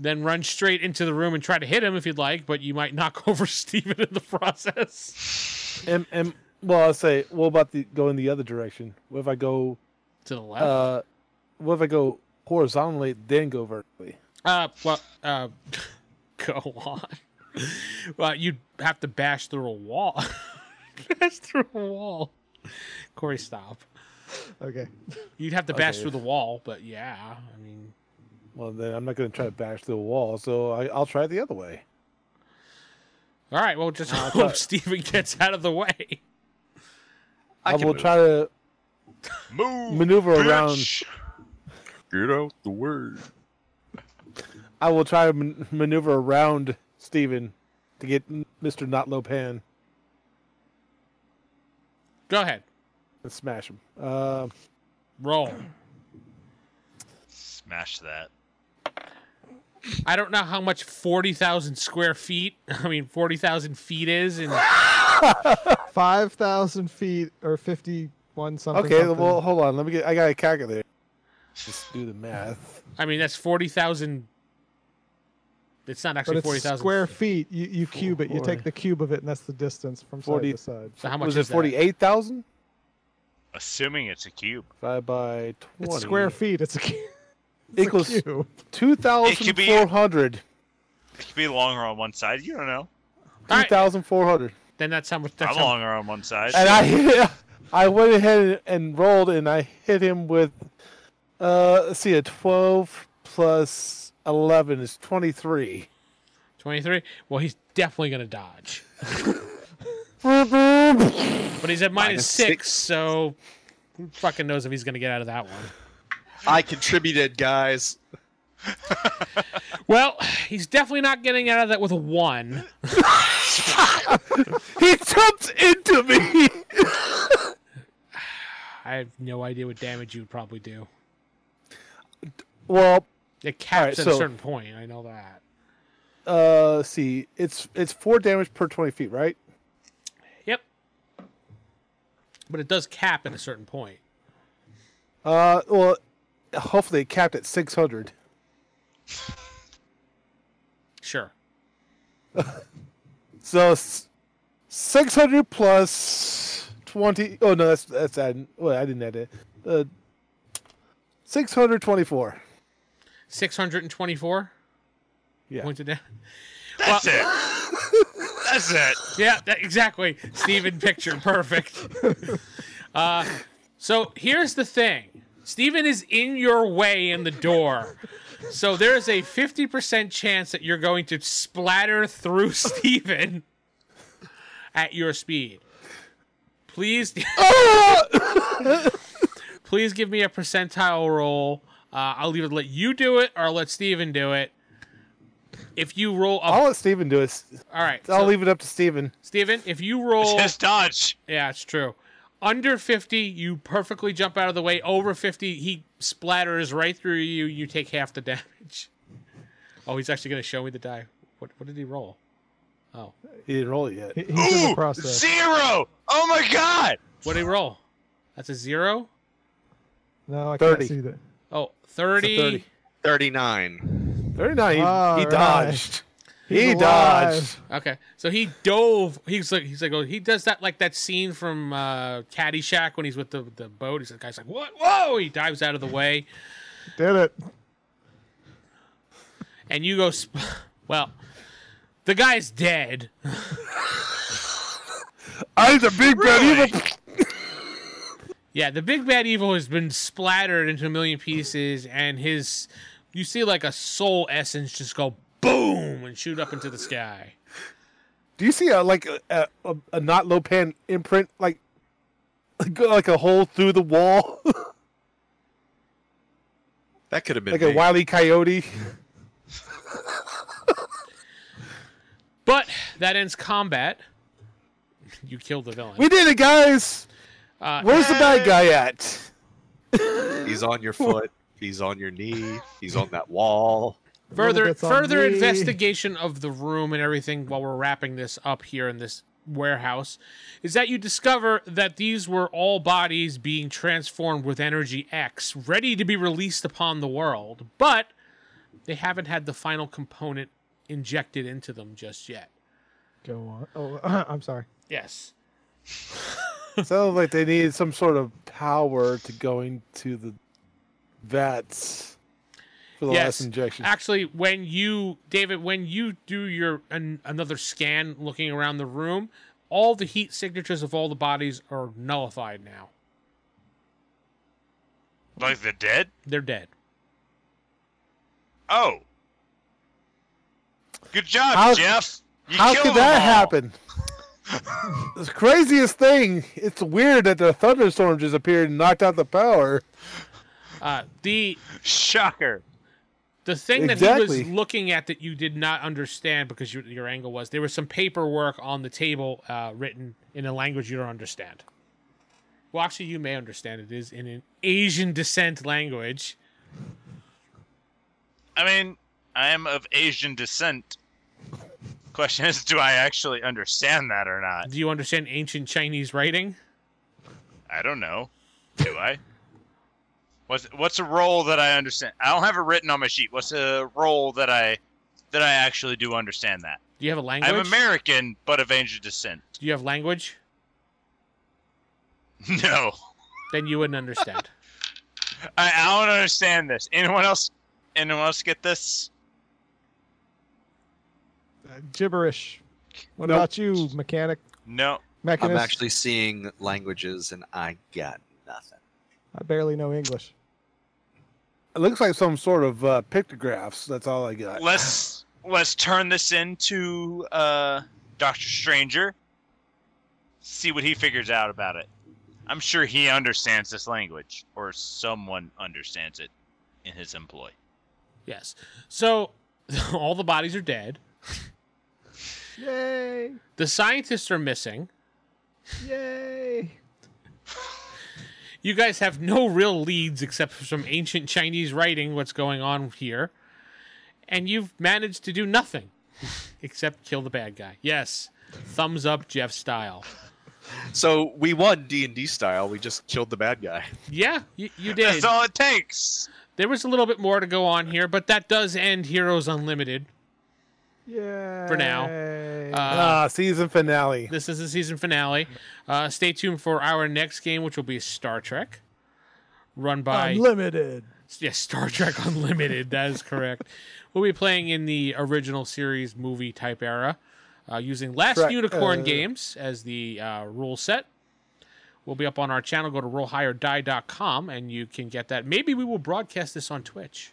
[SPEAKER 2] then run straight into the room and try to hit him if you'd like, but you might knock over Steven in the process
[SPEAKER 4] Am, am, well, I'll say. What about the going the other direction? What if I go?
[SPEAKER 2] to the left. Uh,
[SPEAKER 4] Uh, what if I go horizontally then go vertically?
[SPEAKER 2] well, uh, go on. well, you'd have to bash through a wall. bash through a wall. Corey, stop.
[SPEAKER 6] Okay.
[SPEAKER 2] You'd have to bash
[SPEAKER 4] Okay.
[SPEAKER 2] through the wall, but yeah, I mean,
[SPEAKER 4] Well, then I'm not going to try to bash through a wall, so I, I'll try it the other way.
[SPEAKER 2] all right. Well, just
[SPEAKER 4] Uh, I
[SPEAKER 2] hope
[SPEAKER 4] thought-
[SPEAKER 2] Steven gets out of the way.
[SPEAKER 3] I,
[SPEAKER 4] I,
[SPEAKER 3] can
[SPEAKER 4] will
[SPEAKER 3] move.
[SPEAKER 4] try to
[SPEAKER 5] Move.
[SPEAKER 4] maneuver around.
[SPEAKER 5] bitch.
[SPEAKER 3] Get out the word.
[SPEAKER 4] I will try to man- maneuver around Steven to get Mister Not Lopan
[SPEAKER 2] Go ahead,
[SPEAKER 4] and smash him. Uh,
[SPEAKER 2] roll.
[SPEAKER 5] Smash that.
[SPEAKER 2] I don't know how much forty thousand square feet. I mean, forty thousand feet is, and
[SPEAKER 6] Five thousand feet or fifty-one something.
[SPEAKER 4] okay,
[SPEAKER 6] something.
[SPEAKER 4] well, hold on. Let me get. I got a calculator. Just do the math.
[SPEAKER 2] I mean that's forty thousand. It's not
[SPEAKER 6] but
[SPEAKER 2] actually
[SPEAKER 6] it's
[SPEAKER 2] forty thousand
[SPEAKER 6] square feet. You, you cube it. You take
[SPEAKER 4] Forty.
[SPEAKER 6] the cube of it, and that's the distance from
[SPEAKER 4] Forty.
[SPEAKER 6] side to side.
[SPEAKER 2] So how much
[SPEAKER 4] Was
[SPEAKER 2] is
[SPEAKER 4] it forty-eight thousand?
[SPEAKER 5] Assuming it's a cube.
[SPEAKER 4] Divided by
[SPEAKER 6] It's
[SPEAKER 4] twenty.
[SPEAKER 6] square feet. It's a, cu- it's a
[SPEAKER 4] equals
[SPEAKER 6] cube.
[SPEAKER 4] two
[SPEAKER 5] It could
[SPEAKER 4] thousand
[SPEAKER 5] be-
[SPEAKER 4] four hundred.
[SPEAKER 5] It could be longer on one side. You don't know.
[SPEAKER 2] That? All
[SPEAKER 4] Two
[SPEAKER 2] right,
[SPEAKER 4] thousand four hundred.
[SPEAKER 2] then that's how much. That's
[SPEAKER 5] I'm
[SPEAKER 2] how,
[SPEAKER 5] longer on one side.
[SPEAKER 4] And I hit, I went ahead and rolled, and I hit him with, uh, let's see, a twelve plus eleven is twenty-three.
[SPEAKER 2] twenty-three. Well, he's definitely gonna dodge,
[SPEAKER 4] All
[SPEAKER 2] but he's at minus,
[SPEAKER 3] Minus
[SPEAKER 2] minus
[SPEAKER 3] six.
[SPEAKER 2] six, so who fucking knows if he's gonna get out of that one.
[SPEAKER 3] I contributed, guys.
[SPEAKER 2] Well, he's definitely not getting out of that with a one.
[SPEAKER 4] He jumped into me.
[SPEAKER 2] I have no idea what damage you would probably do.
[SPEAKER 4] well,
[SPEAKER 2] It
[SPEAKER 4] Alright,
[SPEAKER 2] caps at
[SPEAKER 4] so-
[SPEAKER 2] a certain point. I know that.
[SPEAKER 4] uh, let's see, it's it's four damage per twenty feet, right?
[SPEAKER 2] Yep. But it does cap at a certain point.
[SPEAKER 4] Uh, well, hopefully it capped at six hundred.
[SPEAKER 2] Sure.
[SPEAKER 4] So six hundred plus twenty. Oh no, that's that's adding. Well, I didn't add it. Uh, six hundred twenty-four.
[SPEAKER 2] 624
[SPEAKER 4] Yeah.
[SPEAKER 2] pointed down.
[SPEAKER 5] That's it. That's it.
[SPEAKER 2] Yeah, that, exactly. Steven picture perfect. Uh, so here's the thing. Steven is in your way in the door. So there is a 50% chance that you're going to splatter through Steven at your speed. Please
[SPEAKER 4] Ah!
[SPEAKER 2] Please give me a percentile roll. Uh, I'll either let you do it or I'll let Steven do it. If you roll
[SPEAKER 4] I'll
[SPEAKER 2] up,
[SPEAKER 4] let Steven do it.
[SPEAKER 2] all right.
[SPEAKER 4] I'll
[SPEAKER 2] so-
[SPEAKER 4] leave it up to Steven.
[SPEAKER 2] Steven, if you roll,
[SPEAKER 5] Just dodge.
[SPEAKER 2] yeah, it's true. Under 50, you perfectly jump out of the way. Over 50, he splatters right through you. You take half the damage. Oh, he's actually going to show me the die. What, what did he roll?
[SPEAKER 4] He didn't roll it yet.
[SPEAKER 6] He- He's in the
[SPEAKER 5] Ooh,
[SPEAKER 6] process.
[SPEAKER 5] zero. Oh my god.
[SPEAKER 2] What did he roll? That's a zero?
[SPEAKER 6] No, I
[SPEAKER 4] 30.
[SPEAKER 6] can't see that.
[SPEAKER 2] Oh, 30.
[SPEAKER 4] 30.
[SPEAKER 3] 39.
[SPEAKER 4] Very nice. He,
[SPEAKER 6] All
[SPEAKER 4] he
[SPEAKER 6] right.
[SPEAKER 4] dodged. He
[SPEAKER 6] He's
[SPEAKER 4] dodged.
[SPEAKER 6] alive.
[SPEAKER 2] Okay. So he dove. He's like, he's like, oh, he does that, like that scene from uh, Caddyshack when he's with the, the boat. He's the guy's like, what? Whoa! He dives out of the way.
[SPEAKER 6] Did it.
[SPEAKER 2] and you go sp- well the guy's dead
[SPEAKER 4] I'm the big bad evil.
[SPEAKER 2] yeah the big bad evil has been splattered into a million pieces and his you see like a soul essence just go boom and shoot up into the sky
[SPEAKER 4] Do you see a like a, a, a, a not low pan imprint like go like a hole through the wall
[SPEAKER 3] That could have been
[SPEAKER 4] like a
[SPEAKER 3] me.
[SPEAKER 4] wily coyote?
[SPEAKER 2] but that ends combat you killed the villain
[SPEAKER 4] We did it, guys.
[SPEAKER 2] Uh,
[SPEAKER 4] Where's the bad guy at?
[SPEAKER 3] He's on your foot. He's on your knee. He's on that wall.
[SPEAKER 2] further
[SPEAKER 6] bit's on
[SPEAKER 2] further
[SPEAKER 6] me.
[SPEAKER 2] investigation of the room and everything while we're wrapping this up here in this warehouse is that you discover that these were all bodies being transformed with energy X ready to be released upon the world but they haven't had the final component injected into them just yet
[SPEAKER 6] Go on. Oh, I'm sorry.
[SPEAKER 2] yes
[SPEAKER 4] Sounds like they needed some sort of power to going to the vets for the
[SPEAKER 2] Yes.
[SPEAKER 4] last injection.
[SPEAKER 2] actually when you david when you do your an, another scan looking around the room all the heat signatures of all the bodies are nullified now
[SPEAKER 5] Like the dead?
[SPEAKER 2] they're dead
[SPEAKER 5] Oh. Good job,
[SPEAKER 4] How-
[SPEAKER 5] Jeff. You
[SPEAKER 4] How
[SPEAKER 5] killed
[SPEAKER 4] could
[SPEAKER 5] them
[SPEAKER 4] that
[SPEAKER 5] all.
[SPEAKER 4] happen? the craziest thing. It's weird that the thunderstorm just appeared and knocked out the power.
[SPEAKER 2] Uh, the
[SPEAKER 5] Shocker.
[SPEAKER 2] the thing that he
[SPEAKER 4] Exactly.
[SPEAKER 2] was looking at that you did not understand because your your angle was there was some paperwork on the table uh, written in a language you don't understand. Well, actually, you may understand. It is in an Asian descent language.
[SPEAKER 5] I mean, I am of Asian descent. Question is, do I actually understand that or not?
[SPEAKER 2] Do you understand ancient Chinese writing?
[SPEAKER 5] I don't know. Do I? What's what's a role that I understand? I don't have it written on my sheet. What's a role that I that I actually do understand that?
[SPEAKER 2] Do you have a language?
[SPEAKER 5] I'm American, but of Asian descent.
[SPEAKER 2] Do you have language?
[SPEAKER 5] No,
[SPEAKER 2] Then you wouldn't understand.
[SPEAKER 5] I, I don't understand this. Anyone else? Anyone else get this?
[SPEAKER 6] Uh, gibberish. What
[SPEAKER 4] Nope.
[SPEAKER 6] about you, mechanic?
[SPEAKER 5] No.
[SPEAKER 6] Mechanist?
[SPEAKER 3] I'm actually seeing languages and I got nothing.
[SPEAKER 6] I barely know English.
[SPEAKER 4] It looks like some sort of uh, pictographs. That's all I got.
[SPEAKER 5] Let's let's turn this into uh, Doctor Stranger. See what he figures out about it. I'm sure he understands this language, or someone understands it in his employ.
[SPEAKER 2] yes. So all the bodies are dead.
[SPEAKER 6] Yay!
[SPEAKER 2] The scientists are missing.
[SPEAKER 6] Yay!
[SPEAKER 2] You guys have no real leads except for some ancient Chinese writing, what's going on here. And you've managed to do nothing except kill the bad guy. Yes. Thumbs up Jeff style.
[SPEAKER 3] So we won D and D style. We just killed the bad guy.
[SPEAKER 2] Yeah, you, you
[SPEAKER 5] That's
[SPEAKER 2] did.
[SPEAKER 5] all it takes.
[SPEAKER 2] There was a little bit more to go on here, but that does end Heroes Unlimited.
[SPEAKER 6] Yay!
[SPEAKER 2] now. Uh,
[SPEAKER 4] ah, season finale.
[SPEAKER 2] this is the season finale. Uh, stay tuned for our next game, which will be Star Trek, run by
[SPEAKER 6] Unlimited.
[SPEAKER 2] Yes, Star Trek Unlimited. That is correct. We'll be playing in the original series movie type era, uh, using Last
[SPEAKER 4] Correct.
[SPEAKER 2] Unicorn
[SPEAKER 4] Uh,
[SPEAKER 2] Games as the uh, rule set. We'll be up on our channel. Go to rollhigherdie.com and you can get that. Maybe we will broadcast this on Twitch.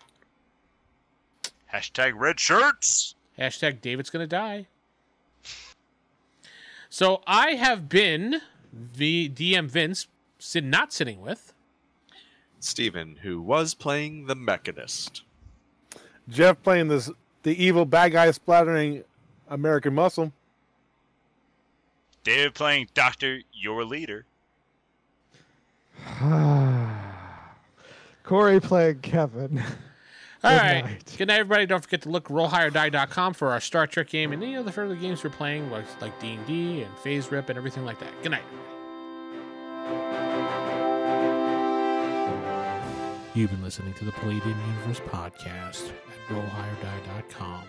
[SPEAKER 5] Hashtag red shirts.
[SPEAKER 2] Hashtag David's gonna die. So I have been the DM Vince, sit, not sitting with.
[SPEAKER 3] Steven, who was playing the mechanist.
[SPEAKER 4] Jeff playing this the evil bad guy splattering American muscle.
[SPEAKER 5] David playing Doctor, your leader.
[SPEAKER 6] Corey playing Kevin.
[SPEAKER 2] All
[SPEAKER 6] Good
[SPEAKER 2] right.
[SPEAKER 6] night.
[SPEAKER 2] Good night, everybody. Don't forget to look rollhigherdie.com for our Star Trek game and any other further games we're playing, like like D and D and Phase Rip and everything like that. Good night. You've been listening to the Palladium Universe podcast at rollhigherdie.com.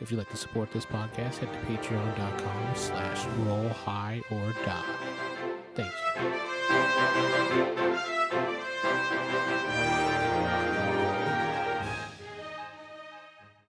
[SPEAKER 2] If you'd like to support this podcast, head to patreon.com slash roll high or die. Thank you.